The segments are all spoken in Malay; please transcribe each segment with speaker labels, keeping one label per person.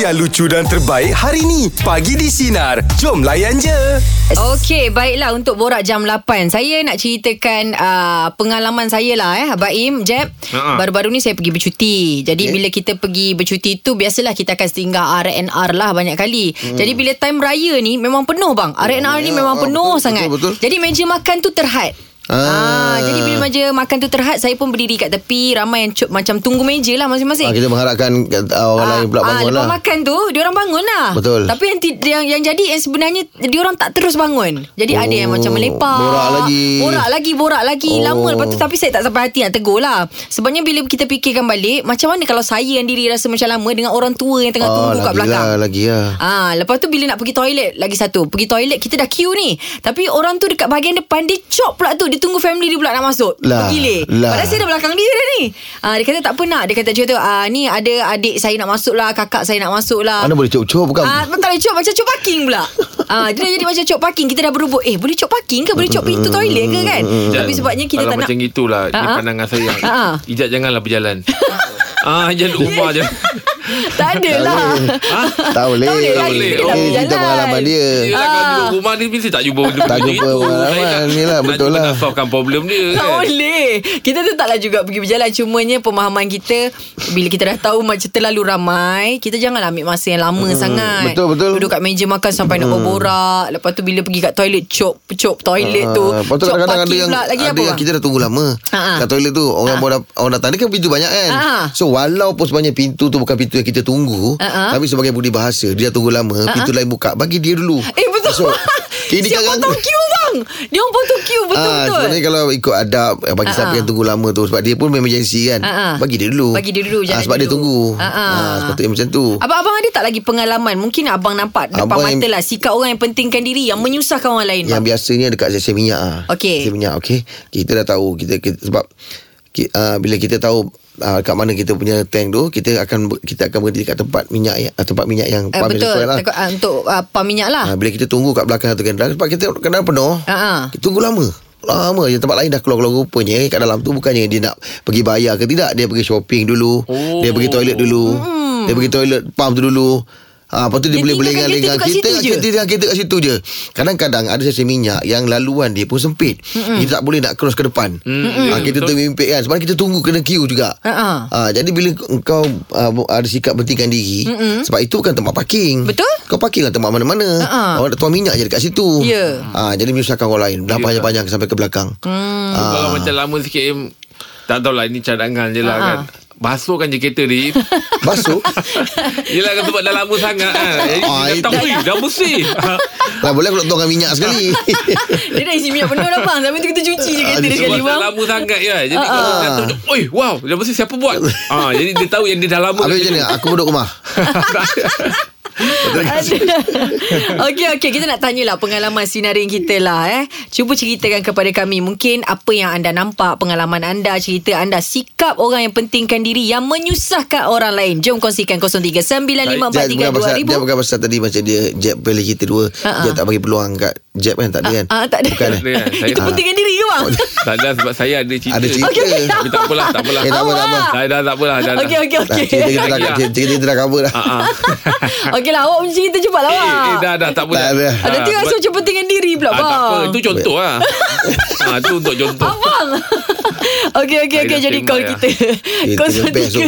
Speaker 1: yang lucu dan terbaik hari ni. Pagi di Sinar. Jom layan je.
Speaker 2: Okey, baiklah untuk borak jam 8. Saya nak ceritakan uh, pengalaman saya lah eh, Baim, Jeb.
Speaker 3: Ha-ha.
Speaker 2: Baru-baru ni saya pergi bercuti. Jadi bila kita pergi bercuti tu biasalah kita akan singgah R&R lah banyak kali. Jadi bila time raya ni memang penuh bang. R&R ni
Speaker 3: Hmm. ya,
Speaker 2: memang
Speaker 3: ah,
Speaker 2: penuh
Speaker 3: betul,
Speaker 2: sangat.
Speaker 3: betul, betul.
Speaker 2: Jadi meja makan tu terhad. Ah.
Speaker 3: Ah.
Speaker 2: jadi bila meja makan tu terhad saya pun berdiri kat tepi ramai yang cup macam tunggu meja lah masing-masing.
Speaker 3: Ah, kita mengharapkan uh, orang lain pula
Speaker 2: Ah,
Speaker 3: bangun
Speaker 2: lepas
Speaker 3: lah.
Speaker 2: makan tu diorang bangun lah
Speaker 3: Betul.
Speaker 2: Tapi yang, ti- yang yang jadi yang sebenarnya diorang tak terus bangun Jadi oh, ada yang
Speaker 3: Oh,
Speaker 2: macam melepak
Speaker 3: borak lagi.
Speaker 2: Borak lagi Borak lagi oh.
Speaker 3: Oh.
Speaker 2: Lama lepas tu Tapi saya tak sampai hati nak tegur lah Sebabnya bila kita fikirkan balik Macam mana kalau saya yang diri rasa macam lama Dengan orang tua yang tengah
Speaker 3: Ah,
Speaker 2: tunggu kat
Speaker 3: lagi
Speaker 2: belakang
Speaker 3: Lah, lagi lah.
Speaker 2: Ah, lepas tu bila nak pergi toilet lagi satu. Pergi toilet kita dah queue ni. Tapi orang tu dekat bahagian depan dia chop pula tu. Dia tunggu family dia pula nak masuk.
Speaker 3: Lah,
Speaker 2: Bergilir.
Speaker 3: lah.
Speaker 2: Padahal saya dah belakang dia dah ni. Ah, dia kata tak apa nak. Dia kata macam tu. Ah, ni ada adik saya nak masuk lah. Kakak saya nak masuk lah.
Speaker 3: Mana boleh cukup-cukup bukan?
Speaker 2: Ah, tak boleh cop macam cop parking pula. ah, dia dah jadi macam cop parking. Kita dah berubuk. Eh, boleh cop parking ke? Boleh cop pintu toilet ke kan?
Speaker 3: Mm,
Speaker 2: Tapi sebabnya kita
Speaker 4: Kalau
Speaker 2: tak nak. Ha,
Speaker 4: macam itulah Ini
Speaker 2: Ha-ha.
Speaker 4: pandangan saya
Speaker 2: Ha-ha.
Speaker 4: Ijat janganlah berjalan Ah, Ijat duduk rumah je Ha?
Speaker 2: Tak ada lah.
Speaker 3: tak boleh.
Speaker 2: Tak boleh lagi,
Speaker 3: Ini
Speaker 4: dia tak
Speaker 3: kita
Speaker 2: berjalan.
Speaker 3: pengalaman dia.
Speaker 4: Yelah
Speaker 2: Ah.
Speaker 4: kalau duduk rumah ni Mesti tak jumpa benda
Speaker 3: Tak jumpa pengalaman. Yelah, betul lah.
Speaker 4: Nak solvekan problem dia
Speaker 2: Tak
Speaker 4: kan
Speaker 2: boleh Kita tetaplah juga pergi berjalan Cumanya pemahaman kita Bila kita dah tahu Macam terlalu ramai Kita janganlah ambil masa yang lama hmm, sangat
Speaker 3: betul, betul. Mm.
Speaker 2: Duduk kat meja makan Sampai hmm. nak berborak Lepas tu bila pergi kat toilet Cop Cop toilet tu
Speaker 3: Ah, Lepas tu
Speaker 2: Cop
Speaker 3: kadang-kadang ada
Speaker 2: parking
Speaker 3: yang
Speaker 2: pula Lagi
Speaker 3: Ada
Speaker 2: apa
Speaker 3: yang
Speaker 2: bang?
Speaker 3: kita dah tunggu lama
Speaker 2: Ah, ah.
Speaker 3: Kat toilet tu Orang bawa dat- orang datang Dia kan pintu banyak kan
Speaker 2: Ah, ah.
Speaker 3: So walaupun sebenarnya pintu tu Bukan pintu yang kita tunggu
Speaker 2: Ah, ah.
Speaker 3: Tapi sebagai budi bahasa Dia dah tunggu lama Pintu lain buka Bagi dia dulu
Speaker 2: Eh betul so,
Speaker 3: ini
Speaker 2: Siap
Speaker 3: kadang-
Speaker 2: potong queue bang Dia orang potong queue
Speaker 3: Ah,
Speaker 2: betul-betul
Speaker 3: Sebenarnya kalau ikut adab eh, Bagi
Speaker 2: Ah,
Speaker 3: siapa
Speaker 2: ah.
Speaker 3: yang tunggu lama tu Sebab dia pun emergency kan
Speaker 2: Ah, ah.
Speaker 3: Bagi dia dulu
Speaker 2: Bagi dia dulu, jalan
Speaker 3: Sebab dia
Speaker 2: dulu.
Speaker 3: tunggu
Speaker 2: Ah, ah.
Speaker 3: Sepatutnya macam tu
Speaker 2: Abang-abang ada tak lagi pengalaman Mungkin abang nampak Depan
Speaker 3: Abang
Speaker 2: mata
Speaker 3: yang-
Speaker 2: lah Sikap orang yang pentingkan diri Yang menyusahkan orang lain
Speaker 3: Yang
Speaker 2: bang.
Speaker 3: biasanya dekat sesi minyak ah.
Speaker 2: Okey.
Speaker 3: Sesi minyak okey. Kita dah tahu kita, kita sebab ki, uh, bila kita tahu uh, kat mana kita punya tank tu, kita akan ber- kita akan berhenti dekat tempat minyak yang uh, tempat minyak yang
Speaker 2: Eh,
Speaker 3: pam yang
Speaker 2: Betul
Speaker 3: sesuai lah.
Speaker 2: Tekuk- ah, Untuk ah, pam minyak lah
Speaker 3: Ah, bila kita tunggu kat belakang satu kenderaan sebab kita kenderaan penuh.
Speaker 2: Ah, ah.
Speaker 3: Kita tunggu lama. Lama je tempat lain dah keluar-keluar rupanya eh, kat dalam tu bukannya dia nak pergi bayar ke tidak, dia pergi shopping dulu,
Speaker 4: Oh.
Speaker 3: dia pergi toilet dulu. Dia pergi toilet pam tu dulu. Ah, lepas tu dia,
Speaker 2: Hmm. Dia
Speaker 3: boleh
Speaker 2: tinggalkan
Speaker 3: belengang-lengang
Speaker 2: kereta tu kat
Speaker 3: kita,
Speaker 2: situ je.
Speaker 3: kita tinggal kereta kat situ je. Kadang-kadang ada sesi minyak yang laluan dia pun sempit. Mm-mm. Kita tak boleh nak cross ke depan. Mm-mm. Ah, kita termimpit kan. Sebenarnya kita tunggu kena queue juga.
Speaker 2: Ah, ah.
Speaker 3: Ah, jadi bila kau ah, ada sikap pentingkan diri, Mm-mm. sebab itu bukan tempat parking.
Speaker 2: Betul.
Speaker 3: Kau parking lah tempat mana-mana.
Speaker 2: Ah, ah.
Speaker 3: Orang nak tuang minyak je dekat situ.
Speaker 2: Ya.
Speaker 3: Ah, jadi menyusahkan orang lain. Dah
Speaker 4: Ya.
Speaker 3: panjang-panjang sampai ke belakang. Hmm.
Speaker 4: Kalau macam lama sikit em, Tak tahulah Ini cadangan je lah
Speaker 2: Ah.
Speaker 4: kan Basuhkan je kereta dia
Speaker 3: Basuh.
Speaker 4: Yelah kan sebab dah lama sangat kan. Jadi
Speaker 3: Ah,
Speaker 4: dia tak
Speaker 3: itu-
Speaker 4: boleh Dah bersih
Speaker 3: lah boleh aku nak tuangkan minyak sekali.
Speaker 2: Dia dah isi minyak penuh dah bang Sampai tu kita cuci je
Speaker 3: Ah,
Speaker 2: kereta dia
Speaker 3: dia
Speaker 4: Sebab
Speaker 2: sekali
Speaker 4: dah
Speaker 2: bang
Speaker 4: lama sangat ya Jadi kalau
Speaker 3: Ah.
Speaker 4: dah tahu macam, Oi wow Dah bersih siapa buat ah, Jadi dia tahu yang dia dah lama
Speaker 3: Habis
Speaker 4: kat
Speaker 3: macam mana?
Speaker 4: situ.
Speaker 3: Aku duduk rumah.
Speaker 2: Okey okey kita nak tanyalah pengalaman sinarin kita lah eh. Cuba ceritakan kepada kami mungkin apa yang anda nampak, pengalaman anda, cerita anda, sikap orang yang pentingkan diri yang menyusahkan orang lain. Jom kongsikan
Speaker 3: Jeb bukan pasal, dia
Speaker 2: 0395432000.
Speaker 3: bukan pasal tadi macam dia Jeb pilih kita dua.
Speaker 2: Ah, ah.
Speaker 3: Dia tak bagi peluang kat Jeb kan? Tak ada kan?
Speaker 2: Ah tak ada.
Speaker 3: Bukan eh?
Speaker 4: Dia- saya-
Speaker 2: Itu
Speaker 4: Ah.
Speaker 2: pentingkan diri ke bang?
Speaker 4: Tak ada sebab saya ada cerita
Speaker 3: Ada cerita.
Speaker 2: Okey, okey.
Speaker 4: Tapi Eh, tak apalah Tak apalah
Speaker 3: Eh, tak apa, tak apa.
Speaker 4: Dah dah tak apalah dah, dah.
Speaker 2: Okey okey
Speaker 3: Dah,
Speaker 2: okey.
Speaker 3: Ah, cerita kita dah,
Speaker 4: Lagi lah.
Speaker 3: cerita kita dah cover dah.
Speaker 4: Ah, ah.
Speaker 2: Okeylah awak punya cerita cepat lah
Speaker 4: Eh, eh,
Speaker 2: awak.
Speaker 4: dah dah tak apa
Speaker 3: Tak
Speaker 4: dah.
Speaker 3: ada.
Speaker 4: Ah,
Speaker 2: Ada tengok rasa
Speaker 4: sebab-
Speaker 2: macam pentingkan diri pula
Speaker 4: ah,
Speaker 2: bang.
Speaker 4: Tak apa Itu contoh lah ah, Itu untuk contoh
Speaker 2: Abang Okey okey okey
Speaker 4: Saya dah
Speaker 2: Jadi
Speaker 4: tembak
Speaker 2: call
Speaker 4: ya.
Speaker 2: kita
Speaker 3: Kita best tu.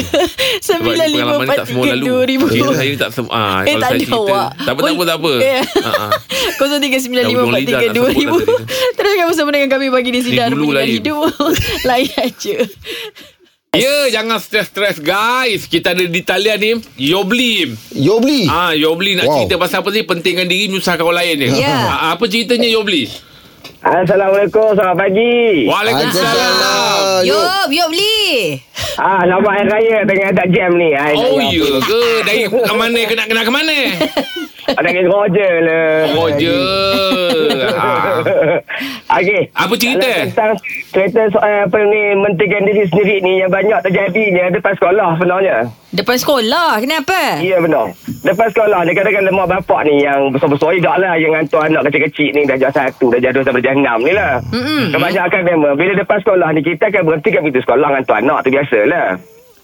Speaker 4: sebab ini pengalaman ni tak semua lalu
Speaker 2: 95432000
Speaker 4: Cerita saya ni tak semua ah,
Speaker 2: Eh
Speaker 4: Kalau
Speaker 2: tak
Speaker 4: saya
Speaker 2: ada
Speaker 4: cerita
Speaker 2: awak
Speaker 4: Tak apa tak apa tak apa
Speaker 2: Eh.
Speaker 4: Ah, ah.
Speaker 2: 0395432000 Teruskan bersama dengan kami Pagi di Sinar
Speaker 4: dulu
Speaker 2: Menyinari
Speaker 4: lain.
Speaker 2: Hidup Layan je
Speaker 4: Ya jangan stres-stres guys Kita ada di talian ni Yobli
Speaker 3: Yobli.
Speaker 4: Ah, Yobli nak
Speaker 3: Wow.
Speaker 4: cerita pasal apa sih Pentingkan diri menyusahkan orang lain ni
Speaker 2: Ya.
Speaker 4: ah, Apa ceritanya Yobli
Speaker 5: Assalamualaikum, selamat pagi.
Speaker 4: Waalaikumsalam
Speaker 2: Yop Yop Lee
Speaker 5: Ah, selamat hari raya tengah tak jam ni. Ah, Hai,
Speaker 4: Oh ya ke Dari ke mana ke nak kena ke mana
Speaker 5: Ada kena roja le.
Speaker 4: Oh je ah.
Speaker 5: Okey.
Speaker 4: Apa cerita?
Speaker 5: Kalau Tentang cerita soal apa ni mentikan diri sendiri ni yang banyak terjadinya depan sekolah sebenarnya.
Speaker 2: Depan sekolah Kenapa?
Speaker 5: Ya benar. Depan sekolah dia katakan lemah bapak ni yang besar-besar ni dah lah yang hantar anak kecil-kecil ni dah jam satu, dah jam dua sampai jam enam ni lah.
Speaker 2: Mm-mm.
Speaker 5: lah. Kebanyakan memang bila depan sekolah ni kita akan berhenti kat pintu sekolah hantar anak tu biasalah.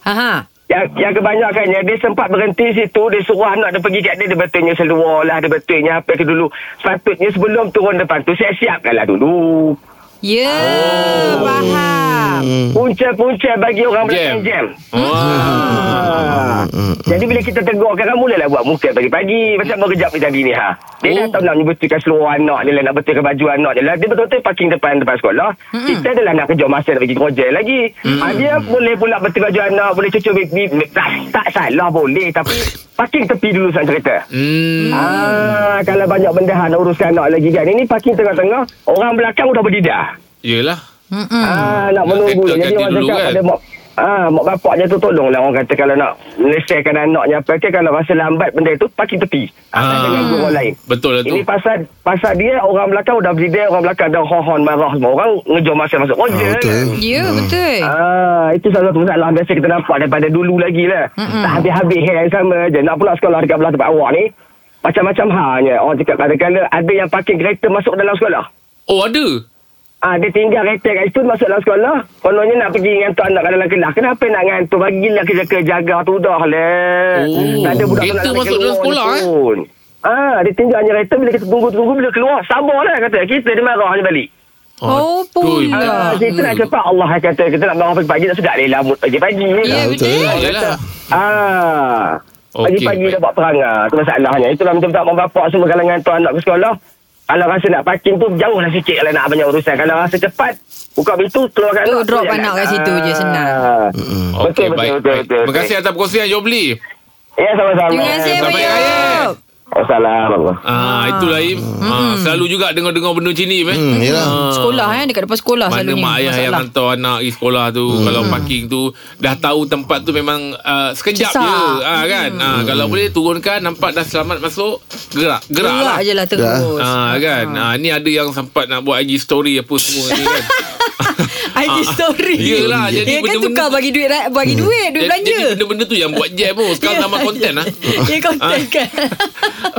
Speaker 2: Ha ha
Speaker 6: Yang, yang kebanyakannya dia sempat berhenti situ dia suruh anak dia pergi kat dia dia betulnya seluar lah dia betulnya apa ke dulu sepatutnya sebelum turun depan tu siap-siapkanlah dulu
Speaker 2: Ya, yeah, oh. faham.
Speaker 6: punca-punca bagi orang belakang jam Ah. Jadi bila kita tegur kan mulalah buat muka pagi-pagi macam baru kejap ni tadi ni ha. Dia dah tahu nak betulkan seluar anak dia lah nak betulkan baju anak dia lah. Dia betul-betul parking depan depan sekolah. Kita adalah nak kerja masa nak pergi kerja lagi. Ha, dia boleh pula betul baju anak, boleh cucuk baby. Tak, tak salah boleh tapi parking tepi dulu sang kereta.
Speaker 4: Hmm.
Speaker 6: Ah, kalau banyak benda hang nak uruskan anak lagi kan. Ini parking tengah-tengah, orang belakang dah berdidah.
Speaker 4: Yelah.
Speaker 6: Ah,
Speaker 4: Nak
Speaker 6: nak menunggu.
Speaker 4: kereta
Speaker 6: Jadi
Speaker 4: Hmm. ganti
Speaker 6: orang
Speaker 4: dulu
Speaker 6: cakap
Speaker 4: kan?
Speaker 6: pada mak Ah, mak bapak je tu tolonglah orang kata kalau nak melesaikan anaknya apa ke kalau masa lambat benda tu parking tepi. Ah,
Speaker 4: Ah.
Speaker 6: tak ganggu orang lain.
Speaker 4: Betul lah tu.
Speaker 6: Ini pasal pasal dia orang belakang dah berdiri orang belakang dah hohon marah semua orang ngejar masa masuk.
Speaker 3: Ah,
Speaker 6: Oh, dia.
Speaker 3: betul.
Speaker 2: Ya, yeah,
Speaker 4: Hmm.
Speaker 2: betul.
Speaker 6: Ah, itu salah satu masalah biasa kita nampak daripada dulu lagi lah. Mm-hmm. Tak habis-habis hal yang sama je. Nak pula sekolah dekat belah tempat awak ni. Macam-macam hanya orang cakap kadang-kadang ada yang parking kereta masuk dalam sekolah.
Speaker 4: Oh ada.
Speaker 6: Ah, dia tinggal kereta kat situ masuk dalam sekolah. Kononnya nak pergi ngantuk anak kat dalam kelas. Kenapa nak ngantuk? Bagilah kerja ke jaga tu dah lah.
Speaker 4: Oh,
Speaker 6: Tak ada budak tu
Speaker 4: kereta
Speaker 6: nak
Speaker 4: masuk dalam
Speaker 6: keluar
Speaker 4: sekolah,
Speaker 6: ni
Speaker 4: eh?
Speaker 6: pun. Ah, dia tinggal hanya kereta bila kita tunggu-tunggu bila keluar. Sabarlah kata. Kita dia marah dia balik.
Speaker 2: Oh,
Speaker 4: Aduh,
Speaker 2: pula.
Speaker 6: Ah, kita nak cepat Allah kata kita nak marah pagi-pagi tak sedap dia lamut pagi-pagi.
Speaker 2: Ya, betul.
Speaker 4: Ah,
Speaker 6: Kata,
Speaker 4: Yelah.
Speaker 6: Ah.
Speaker 4: Okey,
Speaker 6: Pagi-pagi
Speaker 4: baik.
Speaker 6: dah buat perangai. Itu masalahnya. Itulah minta-minta mak bapak semua kalau hantar anak ke sekolah. Kalau rasa nak parking tu jauhlah sikit kalau nak banyak urusan. Kalau rasa cepat, buka pintu keluarkan
Speaker 2: Tu, drop
Speaker 6: tu jalan.
Speaker 2: anak kat situ je, senang.
Speaker 6: Ah.
Speaker 4: Okey baik.
Speaker 6: Betul, betul, betul,
Speaker 4: baik.
Speaker 6: betul,
Speaker 4: Terima kasih atas perkongsian Yobli.
Speaker 6: Ya, sama-sama.
Speaker 2: Terima kasih, Abang
Speaker 4: Selamat
Speaker 2: Yop.
Speaker 4: Yop.
Speaker 6: Assalamualaikum.
Speaker 4: Ah, itulah Im. Ah, selalu juga dengar-dengar benda macam ni Im eh.
Speaker 3: Hmm, yelah.
Speaker 4: Ah.
Speaker 2: Sekolah eh, dekat depan sekolah
Speaker 4: Mana
Speaker 2: selalunya.
Speaker 4: mak ayah yang
Speaker 2: masalah.
Speaker 4: hantar anak pergi sekolah tu Kalau parking tu Dah tahu tempat tu memang uh, Sekejap
Speaker 2: Sesak.
Speaker 4: je ah, kan ah, Kalau boleh turunkan Nampak dah selamat masuk Gerak Gerak,
Speaker 2: Gerak
Speaker 4: lah
Speaker 2: je lah terus.
Speaker 4: Ah, kan ah, Ni ada yang sempat nak buat IG story Apa semua ni kan
Speaker 2: IG story.
Speaker 4: Yelah, Ah. lah,
Speaker 2: Dia
Speaker 4: jadi
Speaker 2: kan
Speaker 4: benda-benda
Speaker 2: tukar
Speaker 4: tu-
Speaker 2: bagi duit ra- bagi duit, duit
Speaker 4: Jadi-
Speaker 2: belanja.
Speaker 4: Jadi benda-benda tu yang buat jam pun Sekarang nama konten lah
Speaker 2: Ya konten kan.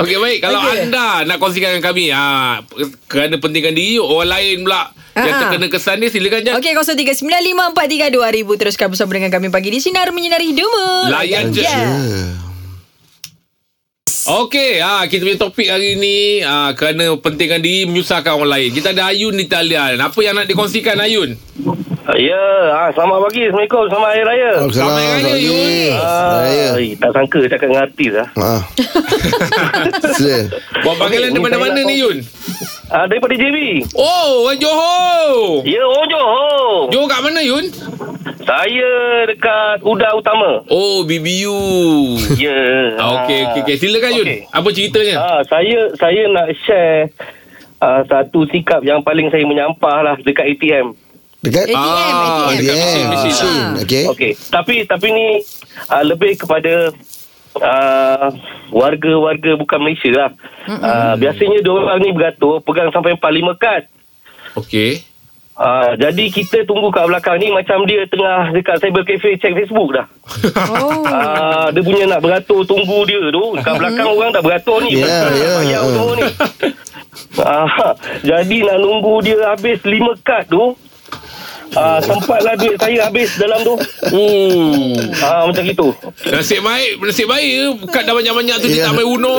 Speaker 4: Okey baik Kalau
Speaker 2: Okey.
Speaker 4: okay. anda nak kongsikan dengan kami ah, Kerana pentingkan diri Orang lain pula Yang
Speaker 2: Ah.
Speaker 4: terkena kesan ni Silakan je
Speaker 2: Okey 0395432000 teruskan bersama dengan kami pagi di sinar menyinari hidupmu.
Speaker 4: Layan je. Ah. Okey, ha, kita punya topik hari ni ha, kerana pentingkan diri menyusahkan orang lain. Kita ada Ayun di talian. Apa yang nak dikongsikan Ayun?
Speaker 6: Ya, ah, selamat pagi. Assalamualaikum. Selamat Hari Raya.
Speaker 3: Oh,
Speaker 4: Selamat Hari Raya, Yul.
Speaker 6: Ah, eh, tak sangka cakap dengan artis lah.
Speaker 3: Ah. Sila.
Speaker 4: Buat panggilan okay,
Speaker 6: Okey, ni saya
Speaker 4: mana-mana
Speaker 6: nak
Speaker 4: ni
Speaker 6: kong-
Speaker 4: Yun?
Speaker 6: Ah, daripada JB.
Speaker 4: Oh, orang Johor.
Speaker 6: Ya, oh Johor.
Speaker 4: Johor kat mana Yun?
Speaker 6: Saya dekat Uda Utama.
Speaker 4: Oh, BBU.
Speaker 6: Ya.
Speaker 4: Ah, Okey, okey, okey. Silakan Yun.
Speaker 6: Okey.
Speaker 4: Apa ceritanya?
Speaker 6: Ah, saya saya nak share ah, satu sikap yang paling saya menyampah lah dekat ATM.
Speaker 3: Dekat?
Speaker 2: ATM,
Speaker 4: Ah,
Speaker 2: ATM.
Speaker 4: dekat mesin, mesin.
Speaker 3: Mesin. Okey.
Speaker 6: Okey. Tapi tapi ni ah, lebih kepada ah, warga-warga bukan Malaysia lah. Ah, biasanya dia orang ni beratur pegang sampai 4-5 kad.
Speaker 4: Okey.
Speaker 6: Ah, jadi kita tunggu kat belakang ni macam dia tengah dekat cyber cafe check Facebook dah.
Speaker 2: Oh.
Speaker 6: Ah, dia punya nak beratur tunggu dia tu kat belakang orang dah beratur ni
Speaker 3: Ya,
Speaker 6: Betul,
Speaker 3: ya.
Speaker 6: bayar tu ni ah, jadi nak nunggu dia habis 5 kad tu ah, sempatlah duit saya habis dalam tu
Speaker 4: Oh.
Speaker 6: ah, macam gitu
Speaker 4: Nasib baik, nasib baik ya. Kad dah banyak-banyak tu
Speaker 3: Ya.
Speaker 4: dia tak main Uno.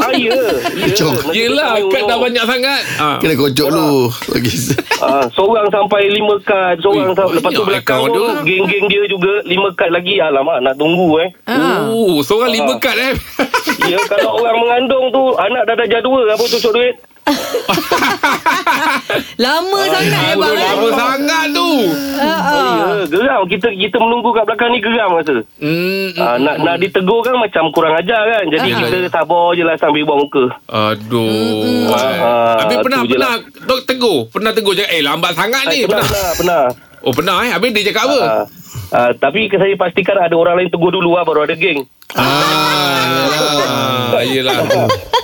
Speaker 6: ah, ya, ya.
Speaker 3: Cok.
Speaker 6: Macam
Speaker 4: Yelah,
Speaker 6: tu,
Speaker 4: kad dah
Speaker 6: tengok.
Speaker 4: banyak sangat. Ah.
Speaker 3: Kena kocok dulu. Okey.
Speaker 6: ah, seorang sampai 5 kad seorang
Speaker 4: Ui,
Speaker 6: sampai, lepas tu
Speaker 4: banyak
Speaker 6: belakang
Speaker 4: account
Speaker 6: tu
Speaker 4: dia.
Speaker 6: geng-geng dia juga 5 kad lagi alamak nak tunggu eh
Speaker 2: Ah.
Speaker 4: Oh, seorang lima
Speaker 6: Ah.
Speaker 4: kad eh.
Speaker 6: Ya kalau orang mengandung tu anak dah darjah 2 apa cucuk duit
Speaker 2: Lama sangat ya bang.
Speaker 6: kan?
Speaker 4: Aduh, Ah, lama sangat tu.
Speaker 2: Ah, ah.
Speaker 6: Ya, geram. Kita kita menunggu kat belakang ni geram rasa.
Speaker 4: Hmm.
Speaker 6: Ah, nak nak ditegur kan macam kurang ajar kan. Jadi
Speaker 4: Ah.
Speaker 6: kita sabar je lah sambil buang muka.
Speaker 4: Aduh. Eh.
Speaker 6: Ah,
Speaker 4: Habis pernah
Speaker 6: tu je lah.
Speaker 4: pernah Tok tegur, pernah tegur cakap, "Eh, lambat sangat
Speaker 6: Ah,
Speaker 4: ni."
Speaker 6: pernah,
Speaker 4: Pernah.
Speaker 6: pernah, pernah.
Speaker 4: Oh, pernah eh. Habis dia cakap apa?
Speaker 6: Ah, ah, tapi saya pastikan ada orang lain tegur dulu lah baru ada geng.
Speaker 4: Ah, yelah.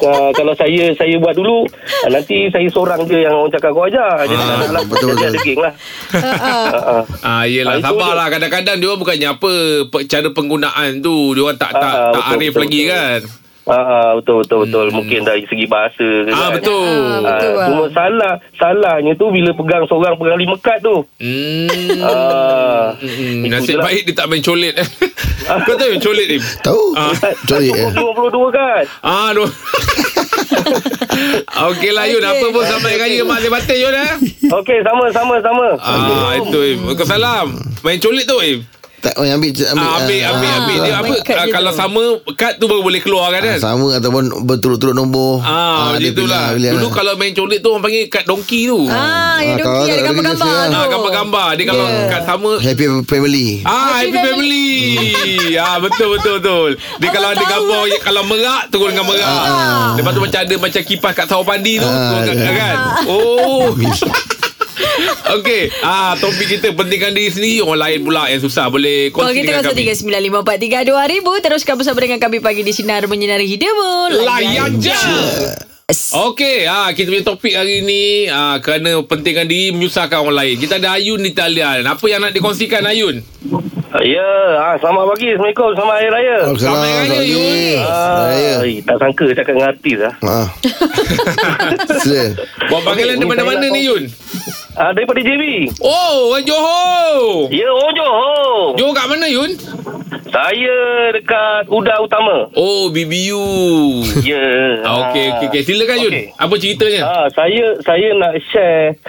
Speaker 6: Ah, kalau saya saya buat dulu
Speaker 5: eh,
Speaker 6: ah, nanti saya seorang je yang orang cakap kau ajar. Jadi
Speaker 4: Ah,
Speaker 6: tak nak
Speaker 3: betul, betul.
Speaker 6: jadi ada geng lah. Ah, ah.
Speaker 4: Ah, yelah
Speaker 6: Ah, itu
Speaker 4: sabarlah kadang-kadang dia orang bukannya apa pe- cara penggunaan tu dia orang tak tak
Speaker 6: Ah,
Speaker 4: tak
Speaker 6: betul,
Speaker 4: arif
Speaker 6: betul,
Speaker 4: lagi
Speaker 6: betul.
Speaker 4: kan.
Speaker 5: Ah, ah, betul betul betul. Mungkin dari segi bahasa ke kan.
Speaker 4: Ah
Speaker 2: Ah,
Speaker 4: betul.
Speaker 2: betul,
Speaker 5: Ah,
Speaker 2: bang.
Speaker 5: cuma salah salahnya tu bila pegang seorang pegang lima kad tu.
Speaker 4: Hmm.
Speaker 5: Ah.
Speaker 4: Hmm, nasib
Speaker 5: Itulah.
Speaker 4: baik dia tak main colit Kau tahu yang colit ni
Speaker 3: Tahu?
Speaker 4: Ah.
Speaker 3: Sorry. eh.
Speaker 6: kan?
Speaker 5: 52 kad.
Speaker 4: Ah, aduh Okey lah Yun
Speaker 2: Okey.
Speaker 4: Apa pun selamat raya Mak Zee Batin Yun eh
Speaker 5: Okey, sama sama sama.
Speaker 4: Ah, itu Im Kau salam Main colit tu Im
Speaker 3: Tak oh, yang ambil ambil.
Speaker 4: Ah, ambil, ambil,
Speaker 2: ah,
Speaker 4: ambil. Dia
Speaker 2: ah,
Speaker 4: apa?
Speaker 2: main kad
Speaker 4: ah,
Speaker 2: je
Speaker 4: kalau
Speaker 2: tu.
Speaker 4: sama, kad tu baru boleh keluar kan?
Speaker 3: Ah,
Speaker 4: kan?
Speaker 3: sama ataupun berturut-turut nombor.
Speaker 4: Ah, macam
Speaker 3: dia
Speaker 4: itulah.
Speaker 3: pilihan
Speaker 4: Dulu
Speaker 3: lah.
Speaker 4: kalau main colit tu orang panggil kad dongki tu.
Speaker 2: Ah, yang
Speaker 3: Ah,
Speaker 2: doki ada
Speaker 3: kalau tak ada
Speaker 2: gambar-gambar
Speaker 3: dia
Speaker 2: tu.
Speaker 4: Ah, gambar-gambar. Dia kalau
Speaker 2: Yeah.
Speaker 4: kad sama
Speaker 3: happy family.
Speaker 4: Ah, happy,
Speaker 2: Happy
Speaker 4: family. ah, betul betul betul. Dia
Speaker 2: Abang
Speaker 4: kalau ada
Speaker 2: tahu, lah. Ah.
Speaker 4: gambar ya, kalau merak turun dengan merak. Lepas tu macam ada macam kipas kat sawah padi tu,
Speaker 3: Ah,
Speaker 4: turun kat- kan. Oh. Okey, ah topik kita pentingkan diri sendiri, orang lain pula yang susah boleh
Speaker 2: Kalau
Speaker 4: kongsi
Speaker 2: kita
Speaker 4: dengan kami.
Speaker 2: 0395432000 teruskan bersama dengan kami pagi di sinar menyinari hidupmu.
Speaker 4: Layan je. Okey, ah kita punya topik hari ni ah kerana pentingkan diri menyusahkan orang lain. Kita ada Ayun di talian. Apa yang nak dikongsikan Ayun?
Speaker 5: Ya, ah, selamat pagi. Assalamualaikum. Selamat hari raya.
Speaker 3: Waalaikumsalam,
Speaker 4: Ramai
Speaker 3: Oh,
Speaker 4: raya,
Speaker 3: selamat
Speaker 4: Yun.
Speaker 3: pagi. Selamat raya.
Speaker 5: Ah, eh, tak sangka cakap dengan artis lah.
Speaker 3: Ah. Sila.
Speaker 4: Buat panggilan okay,
Speaker 5: Okey, ni saya
Speaker 4: mana-mana
Speaker 5: nak
Speaker 4: ni
Speaker 5: kong-
Speaker 4: Yun?
Speaker 5: Ah, daripada JB.
Speaker 4: Oh, orang Johor.
Speaker 5: Ya, oh Johor.
Speaker 4: Johor kat mana Yun?
Speaker 5: Saya dekat Uda Utama.
Speaker 4: Oh, BBU.
Speaker 5: Ya.
Speaker 4: Ah, okey, okey, okey. Silakan Yun.
Speaker 5: Okey.
Speaker 4: Apa ceritanya?
Speaker 5: Ah, saya saya nak share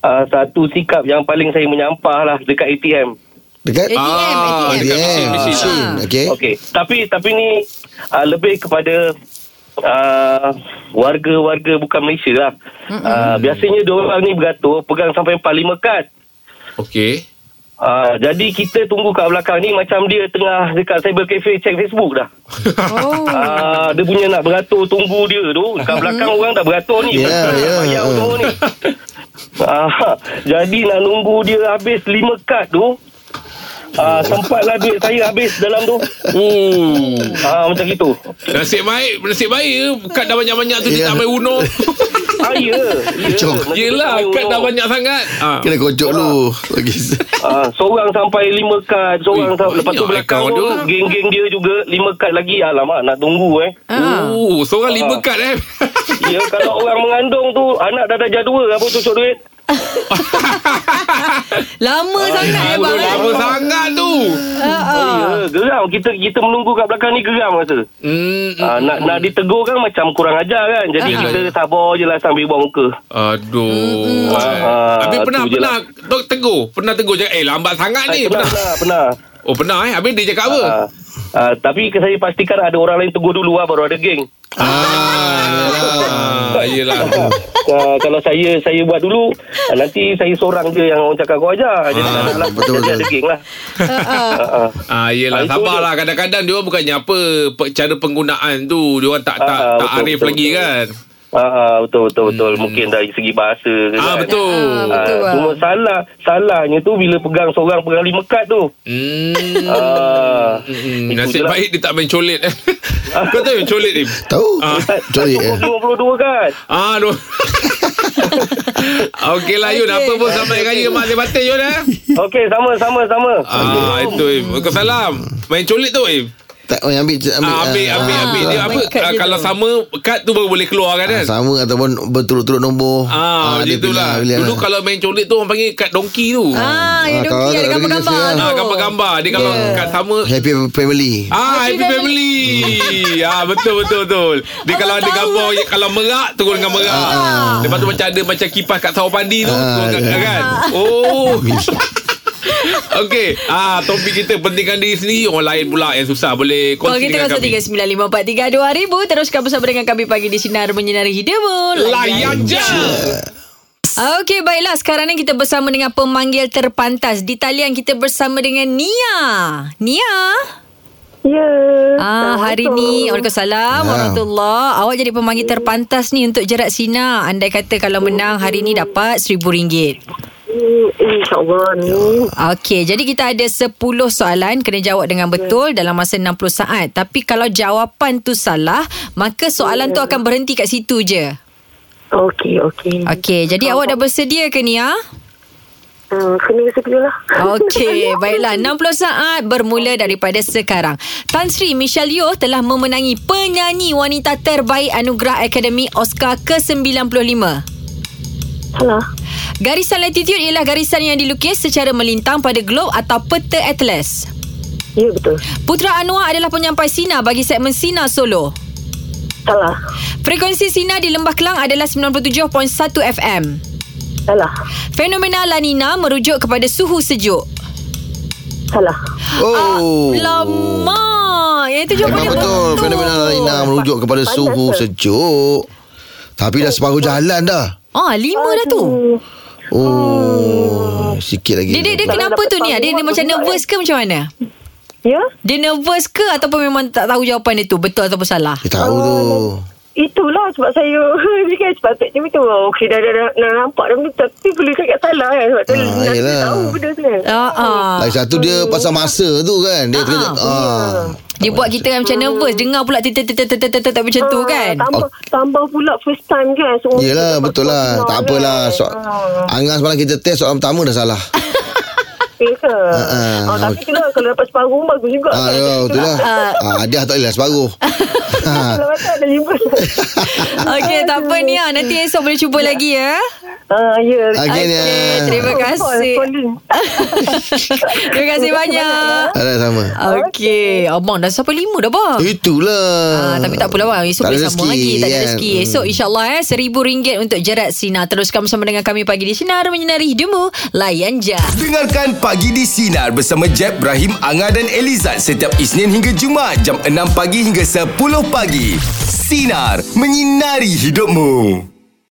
Speaker 5: ah, satu sikap yang paling saya menyampah lah dekat ATM.
Speaker 2: ATM,
Speaker 3: Dekat
Speaker 4: Ah,
Speaker 2: ATM.
Speaker 4: dekat mesin, mesin.
Speaker 3: Mesin.
Speaker 2: Ah.
Speaker 3: Okey.
Speaker 5: Okey, tapi tapi ni uh, lebih kepada uh, warga-warga bukan Malaysia lah. Uh, biasanya diorang ni beratur pegang sampai 4-5 kad.
Speaker 4: Okey.
Speaker 5: Uh, jadi kita tunggu kat belakang ni macam dia tengah dekat cyber cafe check Facebook dah.
Speaker 2: Oh.
Speaker 5: Uh, dia punya nak beratur tunggu dia tu. Kat belakang orang dah beratur ni.
Speaker 3: Ya,
Speaker 5: Betul,
Speaker 3: ya.
Speaker 5: bayar tunggu ni. Ah, jadi nak nunggu dia habis 5 kad tu. Uh, sempatlah duit saya habis dalam tu.
Speaker 4: Oh.
Speaker 5: Ah, macam gitu.
Speaker 4: Nasib baik, nasib baik ya. Kad dah banyak-banyak tu dia
Speaker 3: Ya.
Speaker 4: tak main Uno.
Speaker 5: Ah, ya.
Speaker 3: Kocok.
Speaker 4: Yelah, kad dah banyak sangat. Ah.
Speaker 3: Kena kocok dulu. Okey.
Speaker 5: Ah, seorang sampai lima kad,
Speaker 4: Ui,
Speaker 5: seorang sampai, lepas tu
Speaker 4: banyak
Speaker 5: belakang
Speaker 4: account
Speaker 5: tu
Speaker 4: tu.
Speaker 5: geng-geng dia juga lima kad lagi. Alamak, nak tunggu eh.
Speaker 2: Ah.
Speaker 4: Oh, seorang lima
Speaker 5: Ah.
Speaker 4: kad eh.
Speaker 5: Ya, kalau orang mengandung tu anak dah darjah dua apa cucuk duit.
Speaker 2: Lama sangat ya
Speaker 4: Ah,
Speaker 2: bang.
Speaker 4: lama
Speaker 5: eh.
Speaker 4: sangat tu.
Speaker 2: Ah, ah.
Speaker 5: Ya, geram kita kita menunggu kat belakang ni geram rasa.
Speaker 4: Hmm.
Speaker 5: Ah, nak nak ditegur kan macam kurang ajar kan. Jadi
Speaker 4: Ah.
Speaker 5: kita sabar je lah sambil buang muka.
Speaker 4: Aduh. eh.
Speaker 5: Ah,
Speaker 4: Habis
Speaker 5: tu
Speaker 4: pernah
Speaker 5: je
Speaker 4: pernah Tok tegur, pernah tegur cakap, "Eh, lambat sangat
Speaker 5: Ah,
Speaker 4: ni."
Speaker 5: pernah,
Speaker 4: Pernah.
Speaker 5: pernah, pernah.
Speaker 4: Oh, pernah eh. Habis dia cakap apa?
Speaker 5: Ah, ah, tapi saya pastikan ada orang lain tegur dulu lah baru ada geng.
Speaker 4: Ah, yelah.
Speaker 5: uh, kalau saya saya buat dulu uh, nanti saya seorang je yang orang cakap kau ajar jadi
Speaker 4: Ah,
Speaker 5: tak nak
Speaker 3: betul, betul.
Speaker 5: jadi ada geng lah Ah, ah.
Speaker 4: Ah yelah
Speaker 5: Ah, itu
Speaker 4: sabarlah kadang-kadang dia orang bukannya apa pe- cara penggunaan tu dia orang tak tak
Speaker 5: Ah, ah,
Speaker 4: tak
Speaker 5: betul,
Speaker 4: arif
Speaker 5: betul,
Speaker 4: lagi
Speaker 5: betul.
Speaker 4: kan.
Speaker 5: Ah, ah, betul betul betul mungkin dari segi bahasa ke
Speaker 4: Hmm. Ah
Speaker 5: kan.
Speaker 4: betul.
Speaker 5: Ah,
Speaker 2: Betul, bang.
Speaker 5: cuma salah salahnya tu bila pegang seorang pegang lima kad tu
Speaker 4: Hmm.
Speaker 5: ah
Speaker 4: Hmm,
Speaker 5: itu je
Speaker 4: nasib
Speaker 5: lah.
Speaker 4: baik dia tak main colit Kau tahu yang colit ni
Speaker 3: Tahu?
Speaker 4: Ah.
Speaker 3: Sorry. eh.
Speaker 5: 52
Speaker 6: kan?
Speaker 5: kad
Speaker 4: Ah Aduh Okey lah Yun
Speaker 2: Okey.
Speaker 4: Apa pun selamat raya Mak Zee Batin Yun eh
Speaker 5: Okey sama sama sama
Speaker 4: Ah itu Im Kau salam Main colit tu Im
Speaker 3: Tak oh, yang ambil ambil.
Speaker 4: Ah, ambil,
Speaker 3: ah,
Speaker 4: ambil,
Speaker 3: ah,
Speaker 4: ambil. Dia
Speaker 3: ah,
Speaker 4: apa?
Speaker 2: main kad
Speaker 4: ah,
Speaker 2: je
Speaker 4: Kalau
Speaker 2: tu.
Speaker 4: sama, kad tu baru boleh keluar kan? kan?
Speaker 3: Sama ataupun berturut-turut nombor.
Speaker 4: Ah, macam
Speaker 3: dia lah,
Speaker 4: itulah.
Speaker 3: pilihan-
Speaker 4: Dulu
Speaker 3: pilihan
Speaker 4: kalau main colit tu orang panggil kad dongki tu.
Speaker 2: Ah, yang doki
Speaker 3: Ah, kalau
Speaker 2: ada
Speaker 3: tak ada
Speaker 2: gambar-gambar
Speaker 3: dia
Speaker 2: tu.
Speaker 4: Ah, gambar-gambar. Dia kalau
Speaker 2: Oh. Yeah.
Speaker 4: kad sama
Speaker 3: lah. Happy family.
Speaker 4: Ah, happy,
Speaker 2: Happy
Speaker 4: family. ah, betul betul betul. Dia
Speaker 2: Abang
Speaker 4: kalau ada
Speaker 2: tahu. lah.
Speaker 4: gambar ya, kalau merak turun dengan merak. Lepas tu macam ada macam kipas kat sawah padi tu,
Speaker 3: Ah,
Speaker 4: turun kat,
Speaker 3: ya.
Speaker 4: kan. Oh. Okey, ah topik kita pentingkan diri sendiri, orang lain pula yang susah boleh
Speaker 2: Kalau
Speaker 4: kongsi
Speaker 2: kita
Speaker 4: dengan kami.
Speaker 2: 0395432000 teruskan bersama dengan kami pagi di sinar menyinari hidupmu.
Speaker 4: Layan je.
Speaker 2: Okey, baiklah. Sekarang ni kita bersama dengan pemanggil terpantas. Di talian kita bersama dengan Nia. Nia.
Speaker 7: Ya.
Speaker 2: Ah, hari ni Waalaikumsalam
Speaker 3: Ya.
Speaker 2: warahmatullahi. Awak jadi pemanggil terpantas ni untuk jerat Sina. Andai kata kalau menang hari ni dapat RM1000. Ya.
Speaker 7: Hmm, InsyaAllah ni.
Speaker 2: Okey, jadi kita ada 10 soalan kena jawab dengan
Speaker 7: Ya.
Speaker 2: betul dalam masa 60 saat. Tapi kalau jawapan tu salah, maka soalan
Speaker 7: Ya.
Speaker 2: tu akan berhenti kat situ je.
Speaker 7: Okey, okey.
Speaker 2: Okey, jadi awak dah bersedia ke Nia?
Speaker 7: uh, kena segeralah.
Speaker 2: Okey, baiklah. 60 saat bermula daripada sekarang. Tan Sri Michelle Yeoh telah memenangi penyanyi wanita terbaik Anugerah Akademi Oscar ke-95.
Speaker 7: Salah.
Speaker 2: Garisan latitude ialah garisan yang dilukis secara melintang pada globe atau peta atlas.
Speaker 7: Ya, betul.
Speaker 2: Putra Anwar adalah penyampai Sina bagi segmen Sina Solo.
Speaker 7: Salah.
Speaker 2: Frekuensi Sina di Lembah Kelang adalah 97.1 FM.
Speaker 7: Salah.
Speaker 2: Fenomena La Nina merujuk kepada suhu sejuk.
Speaker 7: Salah.
Speaker 4: ah,
Speaker 3: Oh.
Speaker 2: Lama. Yang itu jawapan
Speaker 3: Memang
Speaker 2: dia
Speaker 3: betul. lah. Fenomena Ina merujuk kepada
Speaker 7: Pantas
Speaker 3: suhu
Speaker 7: ke?
Speaker 3: sejuk. Tapi dah separuh jalan dah.
Speaker 2: Ah, lima dah tu.
Speaker 7: Hmm,
Speaker 3: Oh, sikit lagi.
Speaker 2: Dia, dia, dia
Speaker 7: Kalau
Speaker 2: kenapa
Speaker 7: dapat
Speaker 2: tu ni?
Speaker 7: tahu,
Speaker 2: Dia, dia
Speaker 7: aku
Speaker 2: macam
Speaker 7: juga,
Speaker 2: nervous ke macam mana?
Speaker 7: Ya?
Speaker 2: Dia nervous ke ataupun memang tak tahu jawapan dia tu betul ataupun salah?
Speaker 3: Dia tahu tu.
Speaker 7: Itulah sebab saya Dia kan sebab tak macam tu Okey dah, dah, dah, dah nampak dah benda tu, Tapi boleh cakap salah kan Sebab tu
Speaker 3: Ah,
Speaker 7: nak- nak
Speaker 3: yelah.
Speaker 7: tahu benda tu kan
Speaker 2: Ah, ah.
Speaker 3: Lagi satu dia pasal masa tu kan. Dia kena ah.
Speaker 2: Dia buat kita macam nervous dengar pula tet- tet- tet- tet- tet- tet- macam tu
Speaker 7: Ah,
Speaker 2: kan.
Speaker 7: Tambah, tambah pula first time kan so,
Speaker 3: Yelah betul lah Tak apalah so,
Speaker 7: ha.
Speaker 3: Angan semalam kita test Soalan pertama dah salah
Speaker 7: Ya ke
Speaker 3: ah,
Speaker 7: Ah, Tapi tu lah Kalau dapat separuh Bagus juga
Speaker 3: ha,
Speaker 7: kan?
Speaker 3: ya, Betul lah
Speaker 2: Ah.
Speaker 3: ha, Hadiah tak boleh lah separuh ha.
Speaker 7: Kalau tak ada lima
Speaker 2: Okey, tak apa ni ah. Nanti esok boleh cuba lagi ya.
Speaker 7: Ah, Ya
Speaker 3: Again ya
Speaker 2: Okey, terima kasih.
Speaker 7: Calling.
Speaker 2: Terima kasih banyak.
Speaker 3: Ada sama
Speaker 2: Okey, abang dah sampai lima dah bang.
Speaker 3: Itulah
Speaker 2: Ah, tapi tak apalah bang Esok
Speaker 3: Tak ada
Speaker 2: boleh sambung
Speaker 3: rezeki,
Speaker 2: lagi Tak ada
Speaker 3: kan?
Speaker 2: rezeki
Speaker 3: Hmm.
Speaker 2: Esok insyaAllah eh Seribu ringgit untuk jerat sinar Teruskan bersama dengan kami Pagi di Sinar Menyinari hidupmu Layan je
Speaker 1: Dengarkan Pagi di Sinar bersama Jeb, Ibrahim, Anga dan Elizad setiap Isnin hingga Jumaat jam 6 pagi hingga 10 pagi. Sinar, menyinari hidupmu.